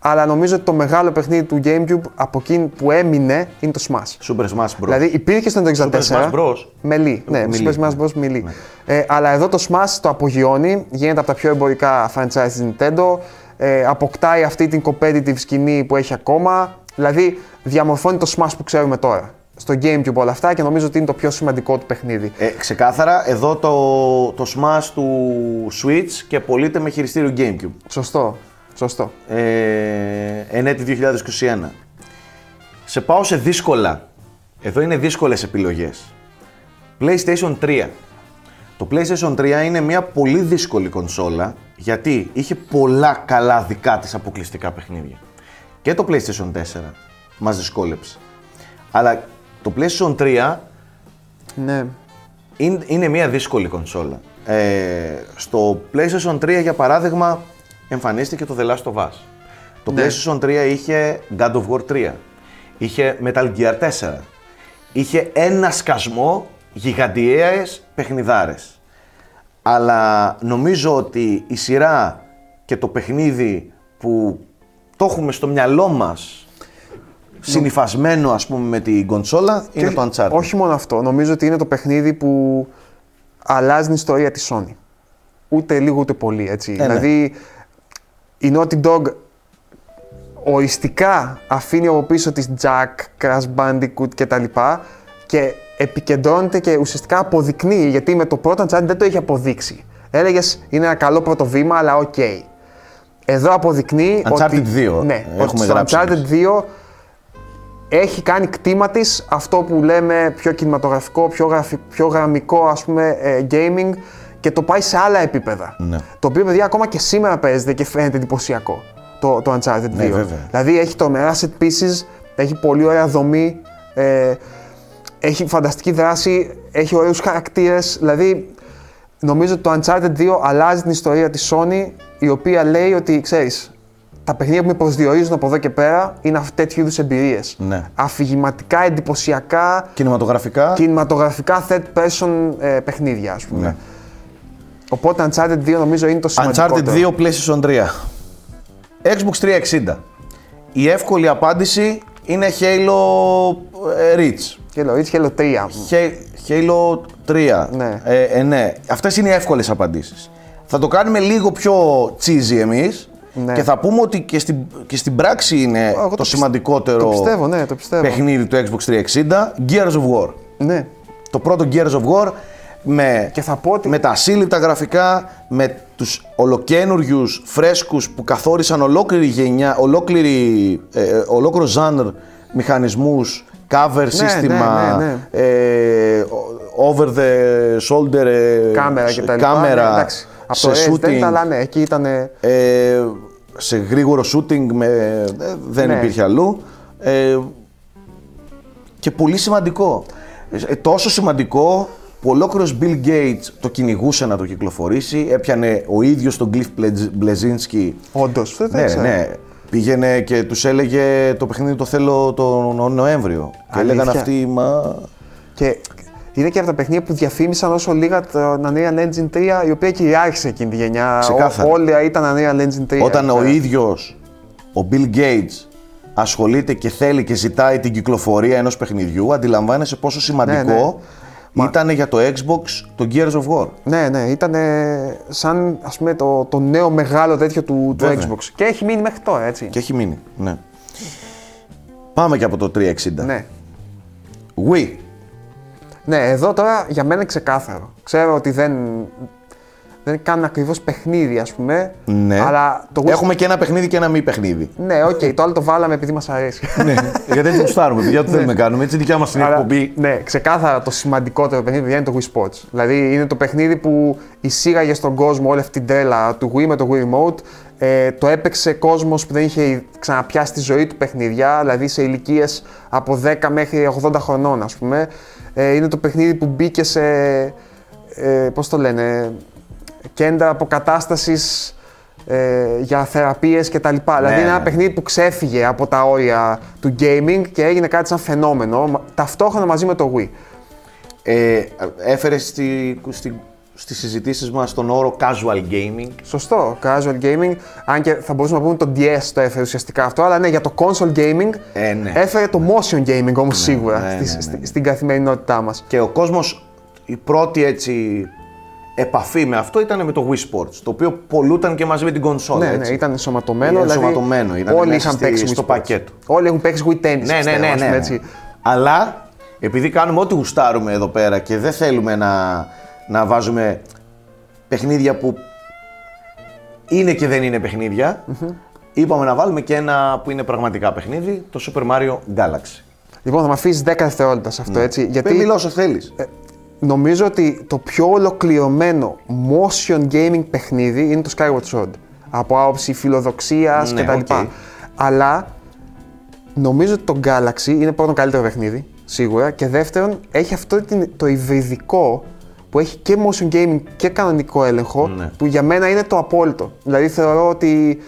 S2: Αλλά νομίζω ότι το μεγάλο παιχνίδι του Gamecube από εκείνη που έμεινε είναι το Smash.
S1: Super Smash Bros.
S2: Δηλαδή υπήρχε στο 64.
S1: Super Smash Bros.
S2: Μελή. Ναι,
S1: Melee,
S2: Super
S1: ναι.
S2: Smash Bros. Melee. Ε, αλλά εδώ το Smash το απογειώνει, γίνεται από τα πιο εμπορικά franchise της Nintendo, ε, αποκτάει αυτή την competitive σκηνή που έχει ακόμα, δηλαδή διαμορφώνει το Smash που ξέρουμε τώρα. Στο Gamecube όλα αυτά και νομίζω ότι είναι το πιο σημαντικό του παιχνίδι.
S1: Ε, ξεκάθαρα, εδώ το, το Smash του Switch και πωλείται με χειριστήριο Gamecube.
S2: Σωστό. Σωστό.
S1: Ε, εν έτη 2021. Σε πάω σε δύσκολα. Εδώ είναι δύσκολες επιλογές. PlayStation 3. Το PlayStation 3 είναι μια πολύ δύσκολη κονσόλα γιατί είχε πολλά καλά δικά της αποκλειστικά παιχνίδια. Και το PlayStation 4 μας δυσκόλεψε. Αλλά το PlayStation 3
S2: Ναι.
S1: είναι, είναι μια δύσκολη κονσόλα. Ε, στο PlayStation 3 για παράδειγμα εμφανίστηκε το The Last of Us. Το
S2: Ναι.
S1: PlayStation 3 είχε God of War 3, είχε Metal Gear 4, είχε ένα σκασμό γιγαντιαίες παιχνιδάρες. Αλλά νομίζω ότι η σειρά και το παιχνίδι που το έχουμε στο μυαλό μας συνυφασμένο ας πούμε με την κονσόλα είναι
S2: Και
S1: το Uncharted.
S2: Όχι μόνο αυτό. Νομίζω ότι είναι το παιχνίδι που αλλάζει την ιστορία της Sony. Ούτε λίγο ούτε πολύ. Έτσι.
S1: ναι.
S2: δηλαδή, η Naughty Dog οριστικά αφήνει από πίσω της Jack, Crash Bandicoot κτλ. και επικεντρώνεται και ουσιαστικά αποδεικνύει γιατί με το πρώτο Uncharted δεν το είχε αποδείξει. Έλεγες είναι ένα καλό πρώτο βήμα, αλλά οκ. Εδώ αποδεικνύει
S1: Uncharted
S2: ότι.
S1: 2,
S2: Ναι,
S1: έχουμε
S2: ότι στο
S1: γράψει εμείς.
S2: Uncharted 2 έχει κάνει κτήμα της αυτό που λέμε πιο κινηματογραφικό, πιο, γραφι- πιο γραμμικό ας πούμε ε, gaming και το πάει σε άλλα επίπεδα.
S1: Ναι.
S2: Το οποίο παιδιά ακόμα και σήμερα παίζεται και φαίνεται εντυπωσιακό το, το Uncharted 2.
S1: Ναι, βέβαια.
S2: Δηλαδή έχει τρομερά set pieces, έχει πολύ ωραία δομή, ε, έχει φανταστική δράση, έχει ωραίους χαρακτήρες, δηλαδή νομίζω ότι το Uncharted 2 αλλάζει την ιστορία της Sony η οποία λέει ότι ξέρεις, τα παιχνίδια που με προσδιορίζουν από εδώ και πέρα είναι αυτ- τέτοιου είδους εμπειρίες.
S1: Ναι.
S2: Αφηγηματικά, εντυπωσιακά,
S1: Κινηματογραφικά.
S2: κινηματογραφικά third person ε, παιχνίδια ας πούμε.
S1: Ναι.
S2: Οπότε Uncharted 2 νομίζω είναι το σημαντικότερο.
S1: Uncharted 2, PlayStation 3. Xbox 360. Η εύκολη απάντηση είναι Halo ε, Reach.
S2: Halo Reach, Halo 3.
S1: Χε- Halo 3.
S2: Ναι.
S1: Ε, ε, ναι. Αυτές είναι οι εύκολες απαντήσεις. Θα το κάνουμε λίγο πιο cheesy εμείς
S2: Ναι.
S1: και θα πούμε ότι και στην, και στην πράξη είναι
S2: εγώ
S1: το,
S2: το πιστε-
S1: σημαντικότερο
S2: το πιστεύω, ναι, το πιστεύω.
S1: παιχνίδι του Xbox 360, Gears of War.
S2: Ναι.
S1: Το πρώτο Gears of War με,
S2: Και θα πω ότι-
S1: με τα ασύλληπτα γραφικά, με τους ολοκένουργιους φρέσκους που καθόρισαν ολόκληρη γενιά, ολόκληρη, ε, ε, ολόκληρο ζάνρ μηχανισμούς, cover σύστημα,
S2: ναι, ναι,
S1: ε, over the shoulder ε,
S2: Κάμερα και τα λοιπά.
S1: κάμερα,
S2: Ναι, εντάξει. Από
S1: σε
S2: το Resident,
S1: shooting,
S2: αλλά ναι, εκεί ήταν
S1: ε, σε γρήγορο shooting με, ε, δεν
S2: Ναι.
S1: υπήρχε αλλού. Ε, και πολύ σημαντικό. Ε, τόσο σημαντικό που ολόκληρος Bill Gates το κυνηγούσε να το κυκλοφορήσει. Έπιανε ο ίδιος τον Cliff Blez- Blazinski.
S2: όντως. Δεν
S1: Ναι,
S2: ξέρω.
S1: ναι. Πήγαινε και τους έλεγε το παιχνίδι το θέλω τον Νοέμβριο. Και έλεγαν
S2: Αλήθεια.
S1: αυτοί, μα...
S2: Και είναι και από τα παιχνίδια που διαφήμισαν όσο λίγα το Unreal Engine 3, η οποία κυριάρχησε εκείνη τη γενιά.
S1: Ξεκάθαρα.
S2: Ό, όλοι ήταν Unreal Engine 3.
S1: Όταν ο
S2: Ε,
S1: ίδιος ο Bill Gates ασχολείται και θέλει και ζητάει την κυκλοφορία ενός παιχνιδιού, αντιλαμβάνεσαι πόσο σημαντικό ήταν για το Xbox το Gears of War.
S2: Ναι, ναι, ήταν σαν ας πούμε, το, το νέο μεγάλο τέτοιο του, του
S1: Βέβαια.
S2: Xbox. Και έχει μείνει μέχρι τώρα, έτσι.
S1: Και έχει μείνει, ναι. Πάμε και από το 360.
S2: Ναι.
S1: Wii.
S2: ναι, εδώ τώρα για μένα είναι ξεκάθαρο. Ξέρω ότι δεν, δεν κάνουν ακριβώς παιχνίδι, ας πούμε.
S1: Ναι.
S2: Αλλά το Wii-
S1: Έχουμε και ένα παιχνίδι και ένα μη παιχνίδι.
S2: Ναι, οκ, το άλλο το βάλαμε επειδή μας αρέσει.
S1: ναι, γιατί δεν το γουστάρουμε, παιδιά,
S2: Ναι.
S1: το θέλουμε να κάνουμε. Έτσι, η δικιά μας είναι
S2: Άρα,
S1: εκπομπή.
S2: Ναι, ξεκάθαρα το σημαντικότερο παιχνίδι παιδιά, είναι το Wii Sports. Δηλαδή είναι το παιχνίδι που εισήγαγε στον κόσμο όλη αυτή την τρέλα του Wii με το Wii Remote. Ε, το έπαιξε κόσμος που δεν είχε ξαναπιάσει τη ζωή του παιχνιδιά, δηλαδή σε ηλικίες από 10 μέχρι 80 χρονών, ας πούμε. Ε, είναι το παιχνίδι που μπήκε σε. Ε, πώς το λένε, κέντρα αποκατάστασης ε, για θεραπείες κτλ. δηλαδή είναι ένα
S1: ναι.
S2: παιχνίδι που ξέφυγε από τα όρια του gaming και έγινε κάτι σαν φαινόμενο μα- ταυτόχρονα μαζί με το Wii.
S1: Ε, έφερες στη, στη, στις συζητήσεις μας τον όρο casual gaming.
S2: Σωστό, casual gaming, αν και θα μπορούσαμε να πούμε το DS το έφερε ουσιαστικά αυτό, αλλά ναι, για το console gaming
S1: Ε, ναι.
S2: έφερε το motion gaming όμως σίγουρα
S1: ναι,
S2: στη-
S1: ναι, ναι.
S2: στη- στην καθημερινότητά μας.
S1: Και ο κόσμος, η πρώτη έτσι επαφή με αυτό ήταν με το Wii Sports, το οποίο πολλούταν και μαζί με την κονσόλα,
S2: Ναι, ναι,
S1: έτσι.
S2: ήταν ενσωματωμένο.
S1: Ήταν
S2: δηλαδή,
S1: ενσωματωμένο, ήταν
S2: όλοι
S1: μέσα
S2: είχαν
S1: στη-
S2: παίξει Wii
S1: στο
S2: Sports.
S1: πακέτο.
S2: Όλοι έχουν παίξει Wii
S1: Ναι,
S2: Tennis.
S1: ναι,
S2: πιστεύω,
S1: ναι,
S2: ας
S1: ναι,
S2: πούμε
S1: ναι.
S2: έτσι.
S1: Αλλά επειδή κάνουμε ό,τι γουστάρουμε εδώ πέρα και δεν θέλουμε να, να βάζουμε παιχνίδια που είναι και δεν είναι παιχνίδια, είπαμε να βάλουμε και ένα που είναι πραγματικά παιχνίδι, το Super Mario Galaxy.
S2: Λοιπόν, θα με αφήσει 10 δευτερόλεπτα σε
S1: Ναι.
S2: αυτό, έτσι.
S1: Γιατί...
S2: Γιατί Ε,
S1: μιλάω όσο θέλεις.
S2: νομίζω ότι το πιο ολοκληρωμένο motion gaming παιχνίδι είναι το Skyward Sword. Από άποψη φιλοδοξίας
S1: Ναι,
S2: κτλ.
S1: οκ.
S2: Αλλά νομίζω ότι το Galaxy είναι πρώτον καλύτερο παιχνίδι, σίγουρα. Και δεύτερον, έχει αυτό την- το υβριδικό που έχει και motion gaming και κανονικό έλεγχο,
S1: Ναι.
S2: που για μένα είναι το απόλυτο. Δηλαδή θεωρώ ότι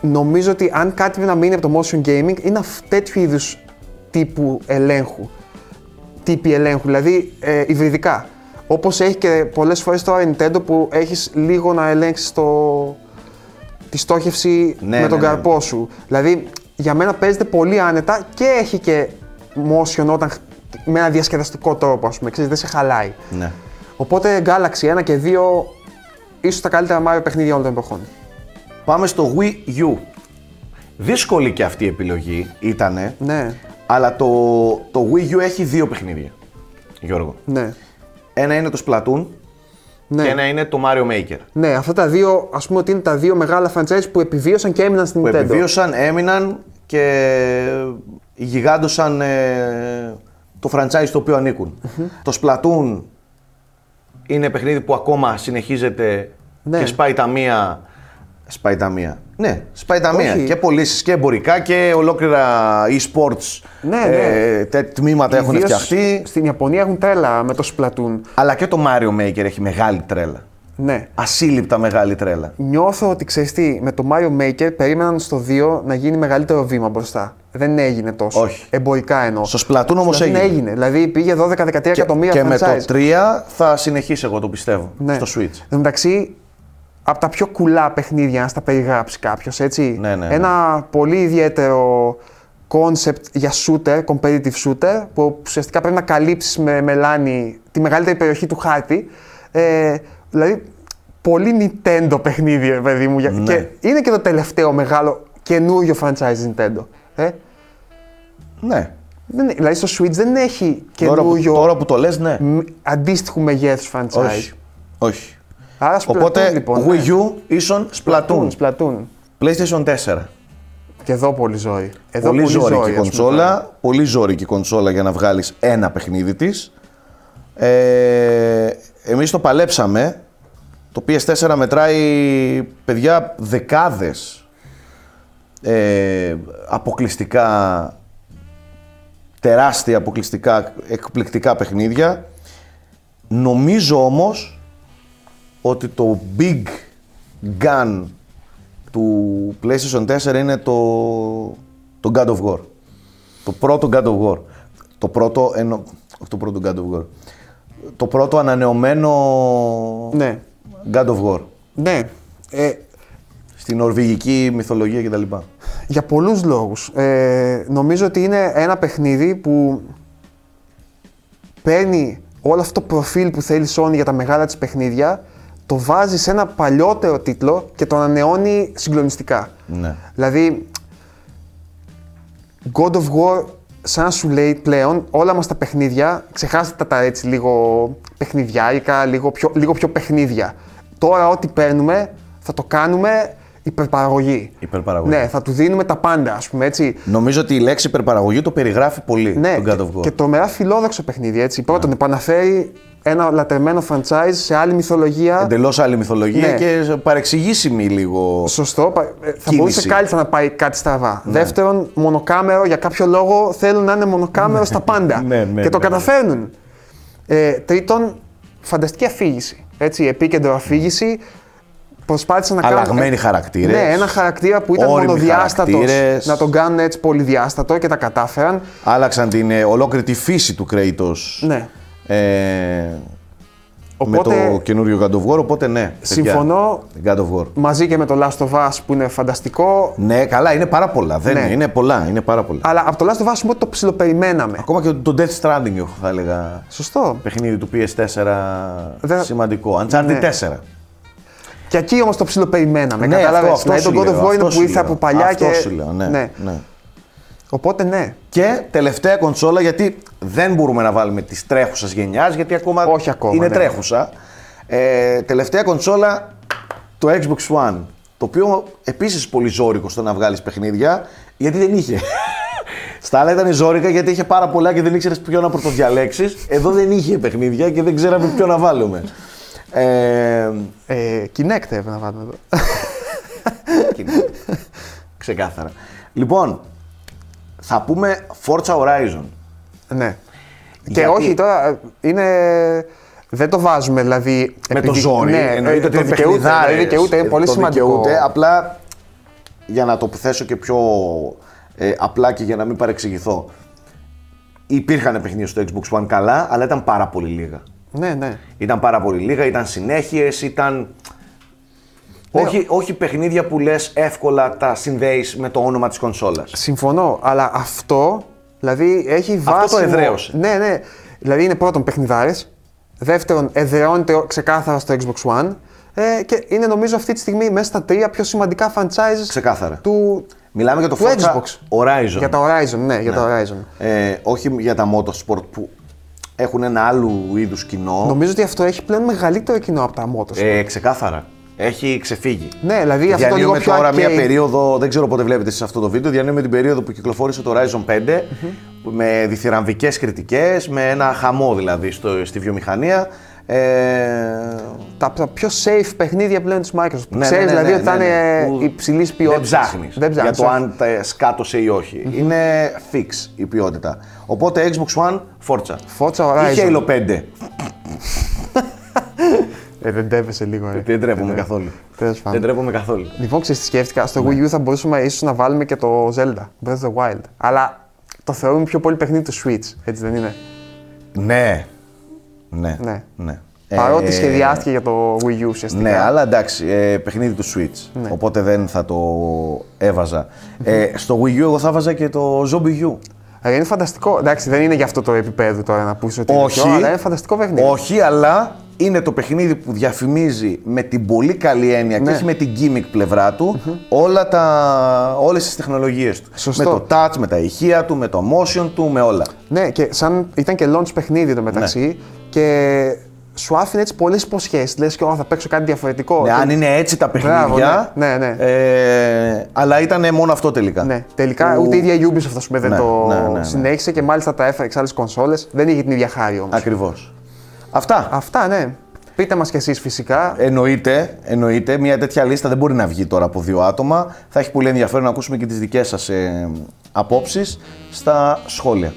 S2: νομίζω ότι αν κάτι πρέπει να μείνει από το motion gaming είναι αυτ- τέτοιου είδους τύπου ελέγχου. Τύποι ελέγχου, δηλαδή ε, υβριδικά. Όπως έχει και πολλές φορές τώρα η Nintendo που έχεις λίγο να ελέγξεις το... τη στόχευση
S1: Ναι,
S2: με
S1: ναι,
S2: τον
S1: ναι.
S2: καρπό σου. Δηλαδή για μένα παίζεται πολύ άνετα και έχει και motion όταν χ- με ένα διασκεδαστικό τρόπο, ας πούμε. Ξέρεις, δεν σε χαλάει.
S1: Ναι.
S2: Οπότε Galaxy 1 και 2 ίσως τα καλύτερα Mario παιχνίδια όλων των εποχών.
S1: Πάμε στο Wii U. Δύσκολη και αυτή η επιλογή ήτανε,
S2: Ναι,
S1: αλλά το, το Wii U έχει δύο παιχνίδια, Γιώργο.
S2: ναι.
S1: Ένα είναι το Splatoon
S2: Ναι.
S1: και ένα είναι το Mario Maker.
S2: Ναι, αυτά τα δύο, ας πούμε ότι είναι τα δύο μεγάλα franchise που επιβίωσαν και έμειναν στην
S1: που
S2: Nintendo.
S1: επιβίωσαν, έμειναν και γιγάντωσαν ε, το franchise στο οποίο ανήκουν. Το Splatoon είναι παιχνίδι που ακόμα συνεχίζεται
S2: Ναι.
S1: και σπάει τα μία. Σπάει τα μία. Ναι, σπάει τα μία.
S2: Όχι.
S1: Και πωλήσεις και εμπορικά και ολόκληρα e-sports
S2: Ναι, ναι.
S1: ε, τε- τμήματα έχουν
S2: Ιδίως
S1: φτιαχτεί.
S2: Στην Ιαπωνία έχουν τρέλα με το Splatoon.
S1: Αλλά και το Mario Maker έχει μεγάλη τρέλα.
S2: Ναι.
S1: Ασύλληπτα μεγάλη τρέλα.
S2: Νιώθω ότι ξέρεις τι, με το Mario Maker περίμεναν στο 2 να γίνει μεγαλύτερο βήμα μπροστά. Δεν έγινε τόσο.
S1: Όχι.
S2: Εμπορικά εννοώ.
S1: Στο Splatoon όμως
S2: Splatoon
S1: έγινε.
S2: Δηλαδή πήγε 12-13
S1: Και,
S2: εκατομμύρια
S1: και
S2: franchise.
S1: με το 3 θα συνεχίσει, εγώ το πιστεύω.
S2: Ναι.
S1: Στο Switch.
S2: Εν τω μεταξύ, από τα πιο κουλά παιχνίδια, αν στα περιγράψει κάποιος, έτσι.
S1: Ναι, ναι, ναι.
S2: Ένα πολύ ιδιαίτερο concept για shooter, competitive shooter, που ουσιαστικά πρέπει να καλύψεις με μελάνι τη μεγαλύτερη περιοχή του χάρτη. Ε, δηλαδή, πολύ Nintendo παιχνίδι, ρε παιδί μου. για-
S1: Ναι.
S2: Και είναι και το τελευταίο μεγάλο καινούριο franchise Nintendo. Ε.
S1: Ναι.
S2: Δεν, δηλαδή, στο Switch δεν έχει
S1: Τώρα που,
S2: καινούριο
S1: τώρα που το λες, ναι.
S2: μ- αντίστοιχου μεγέθους franchise.
S1: Όχι. Όχι.
S2: Άρα, Splatoon,
S1: Οπότε,
S2: λοιπόν, ναι.
S1: Wii U ίσον Splatoon.
S2: Splatoon, Splatoon.
S1: PlayStation 4.
S2: Και εδώ πολύ ζωή. Εδώ
S1: πολύ ζώρικη
S2: ας πούμε, τώρα.
S1: κονσόλα. Πολύ ζώρικη κονσόλα για να βγάλεις ένα παιχνίδι της. Ε, εμείς το παλέψαμε. Το PS4 μετράει, παιδιά, δεκάδες ε, αποκλειστικά, τεράστια αποκλειστικά, εκπληκτικά παιχνίδια. Νομίζω όμως ότι το big gun του PlayStation 4 είναι το, το God of War. Το πρώτο God of War. Το πρώτο, εννο- όχι το πρώτο God of War. Το πρώτο ανανεωμένο
S2: Ναι.
S1: God of War.
S2: Ναι. Ε,
S1: Στην νορβηγική μυθολογία κτλ.
S2: για πολλούς λόγους. Ε, νομίζω ότι είναι ένα παιχνίδι που παίρνει όλο αυτό το προφίλ που θέλει η Sony για τα μεγάλα της παιχνίδια, το βάζει σε ένα παλιότερο τίτλο και το ανανεώνει συγκλονιστικά.
S1: Ναι.
S2: Δηλαδή, God of War, σαν να σου λέει πλέον, όλα μας τα παιχνίδια, ξεχάστε τα, τα έτσι λίγο παιχνιδιάρικα, λίγο πιο, λίγο πιο παιχνίδια. Τώρα ό,τι παίρνουμε θα το κάνουμε υπερπαραγωγή.
S1: Υπερπαραγωγή.
S2: Ναι, θα του δίνουμε τα πάντα, ας πούμε, έτσι.
S1: Νομίζω ότι η λέξη υπερπαραγωγή το περιγράφει πολύ
S2: Ναι,
S1: τον God of War. Ναι.
S2: και, και τρομερά φιλόδοξο παιχνίδι, έτσι. Πρώτον, επαναφέρει ένα λατρεμένο franchise σε άλλη μυθολογία.
S1: Εντελώς άλλη μυθολογία
S2: Ναι.
S1: και παρεξηγήσιμη λίγο.
S2: Σωστό. πα- ε, Θα
S1: Κίνηση. Ναι.
S2: μπορούσε κάλλιστα να πάει κάτι στραβά. Δεύτερον, μονοκάμερο για κάποιο λόγο θέλουν να είναι μονοκάμερο στα πάντα.
S1: Ναι, ναι,
S2: και το
S1: ναι, ναι.
S2: καταφέρνουν. Ε, τρίτον, φανταστική αφήγηση. Έτσι, επίκεντρο αφήγηση. προσπάθησαν να
S1: Αλλαγμένοι χαρακτήρες.
S2: Ναι, ένα χαρακτήρα που ήταν
S1: Όριμοι
S2: μονοδιάστατος.
S1: χαρακτήρες.
S2: Να τον κάνουν έτσι πολυδιάστατο και τα κατάφεραν.
S1: Άλλαξαν την ε, ολόκληρη τη φύση του Κρέιτος
S2: Ναι.
S1: ε, με
S2: Οπότε-
S1: το καινούριο God of War, οπότε ναι. παιδιά,
S2: Συμφωνώ.
S1: God of War.
S2: Μαζί και με το Last of Us που είναι φανταστικό.
S1: Ναι, καλά, είναι πάρα πολλά. Δεν
S2: Ναι.
S1: είναι, είναι πολλά, είναι πάρα πολλά.
S2: Αλλά από το Last of Us ότι το ψιλοπεριμέναμε.
S1: Ακόμα και το Death Stranding, εγώ θα έλεγα.
S2: Σωστό.
S1: Παιχνίδι του PS4
S2: Δε-
S1: σημαντικό. Uncharted
S2: Ναι.
S1: 4.
S2: Και εκεί όμως το ψιλοπεριμέναμε.
S1: Ναι,
S2: Κατάλαβε.
S1: αυτό-
S2: Δηλαδή
S1: αυτό
S2: τον
S1: σου
S2: God
S1: λέω,
S2: of War
S1: αυτό
S2: είναι
S1: σου
S2: που ήρθε
S1: λέω.
S2: από παλιά
S1: Αυτό
S2: και.
S1: σου λέω, ναι, ναι.
S2: Οπότε ναι.
S1: Και τελευταία κονσόλα, γιατί δεν μπορούμε να βάλουμε τη τρέχουσας γενιάς, γιατί ακόμα,
S2: Όχι ακόμα,
S1: είναι
S2: ναι.
S1: τρέχουσα. Ε, τελευταία κονσόλα, το Xbox One. Το οποίο επίσης πολύ ζώρικο στο να βγάλεις παιχνίδια, γιατί δεν είχε. Στα άλλα ήταν ζώρικα γιατί είχε πάρα πολλά και δεν ήξερες ποιο να πρωτοδιαλέξεις. Εδώ δεν είχε παιχνίδια και δεν ξέραμε ποιο να βάλουμε. Ε,
S2: Ε, Kinect έπρεπε να βάλουμε εδώ.
S1: Κινητό. Ξεκάθαρα. Λοιπόν, θα πούμε Forza Horizon.
S2: ναι. Και
S1: Γιατί?
S2: όχι τώρα ε, είναι. Δεν το βάζουμε δηλαδή.
S1: Με το ζόρι.
S2: Ναι,
S1: εννοείται
S2: ε,
S1: ότι
S2: το
S1: είναι
S2: δικαιούται.
S1: παιχνιδάρες.
S2: δηλαδή, δικαιούται, είναι
S1: Ε,
S2: πολύ
S1: το
S2: σημαντικό.
S1: δικαιούται, απλά για να το θέσω και πιο ε, απλά και για να μην παρεξηγηθώ. Υπήρχαν παιχνίδια στο Xbox One καλά, αλλά ήταν πάρα πολύ λίγα.
S2: Ναι, ναι.
S1: Ήταν πάρα πολύ λίγα, ήταν συνέχειες, ήταν...
S2: Ναι.
S1: Όχι, όχι παιχνίδια που λες εύκολα τα συνδέεις με το όνομα της κονσόλας.
S2: Συμφωνώ, αλλά αυτό δηλαδή έχει βάση.
S1: το εδραίωσε.
S2: Ναι, ναι. Δηλαδή είναι πρώτον παιχνιδάρες. Δεύτερον, εδραιώνεται ξεκάθαρα στο Xbox One. Ε, και είναι νομίζω αυτή τη στιγμή μέσα στα τρία πιο σημαντικά franchises
S1: Ξεκάθαρα.
S2: του.
S1: Μιλάμε για το
S2: του
S1: Forza
S2: Xbox.
S1: Horizon.
S2: Για τα Horizon, ναι, για τα Horizon.
S1: Ε, όχι για τα motorsport που έχουν ένα άλλου είδους κοινό.
S2: Νομίζω ότι αυτό έχει πλέον μεγαλύτερο κοινό από τα μότος.
S1: Ε, ξεκάθαρα. Έχει ξεφύγει.
S2: ναι, δηλαδή αυτό το λίγο
S1: Διανύουμε
S2: πιο
S1: τώρα μια
S2: arcade.
S1: περίοδο, δεν ξέρω πότε βλέπετε σε αυτό το βίντεο, διανύουμε την περίοδο που κυκλοφόρησε το Horizon 5 με διθυραμβικές κριτικές, με ένα χαμό δηλαδή στο, στη βιομηχανία. Ε,
S2: Τα, τα πιο safe παιχνίδια πλέον της Microsoft.
S1: ναι,
S2: Ξέρεις
S1: ναι,
S2: δηλαδή
S1: ναι,
S2: ότι θα
S1: ναι, ναι.
S2: είναι
S1: Που
S2: υψηλής ποιότητας.
S1: Δεν ψάχνεις για το αν τα σκάτωσε ή οχι Είναι fix η ποιότητα. Οπότε Xbox One, Forza.
S2: Forza Horizon.
S1: Ή Halo 5.
S2: Ε, δεν τρέπεσαι λίγο, ε.
S1: Δεν τρέπομαι καθόλου.
S2: Τέλος πάντων.
S1: Δεν τρέπομαι καθόλου.
S2: Λοιπόν, ξέρεις τι σκέφτηκα. Στο
S1: Ναι.
S2: Wii U θα μπορούσαμε ίσως να βάλουμε και το Zelda, Breath of the Wild. Αλλά το θεωρούμε πιο πολύ παιχνίδι του Switch, έτσι δεν είναι.
S1: Ναι. Ναι.
S2: Ναι.
S1: ναι.
S2: Παρότι
S1: Ε,
S2: σχεδιάστηκε για το Wii U ουσιαστικά.
S1: Ναι, αλλά εντάξει, ε, παιχνίδι του Switch.
S2: Ναι.
S1: Οπότε δεν θα το έβαζα. Ε, στο Wii U εγώ θα βάζα και το Zombie U.
S2: Αλλά Ε, είναι φανταστικό. Εντάξει, δεν είναι για αυτό το επίπεδο τώρα να πούσει ότι
S1: Όχι.
S2: είναι πιο, αλλά είναι φανταστικό παιχνίδι.
S1: Όχι, αλλά είναι το παιχνίδι που διαφημίζει με την πολύ καλή έννοια και
S2: Ναι.
S1: όχι με την gimmick πλευρά του όλα τα, όλες τις τεχνολογίες του.
S2: Σωστό.
S1: Με το touch, με τα ηχεία του, με το motion του, με όλα.
S2: Ναι, και σαν ήταν και launch παιχνίδι το μεταξύ
S1: Ναι.
S2: και σου άφηνε έτσι πολλές υποσχέσεις. Λες και «Ω, θα παίξω κάτι διαφορετικό.
S1: Ναι,
S2: Και-
S1: αν είναι έτσι τα παιχνίδια.
S2: ναι, ναι, ναι.
S1: Ε, αλλά ήταν μόνο αυτό τελικά.
S2: Ναι, τελικά
S1: Που-
S2: ούτε η ίδια Ubisoft ας πούμε, δεν
S1: Ναι,
S2: το
S1: ναι, ναι, ναι.
S2: συνέχισε και μάλιστα τα έφερε σε άλλες κονσόλες. Δεν είχε την ίδια χάρη όμως.
S1: Ακριβώς. Αυτά.
S2: Αυτά, ναι. Πείτε μας κι εσείς φυσικά.
S1: Εννοείται, εννοείται. Μια τέτοια λίστα δεν μπορεί να βγει τώρα από δύο άτομα. Θα έχει πολύ ενδιαφέρον να ακούσουμε και τις δικές σας ε, απόψεις στα σχόλια.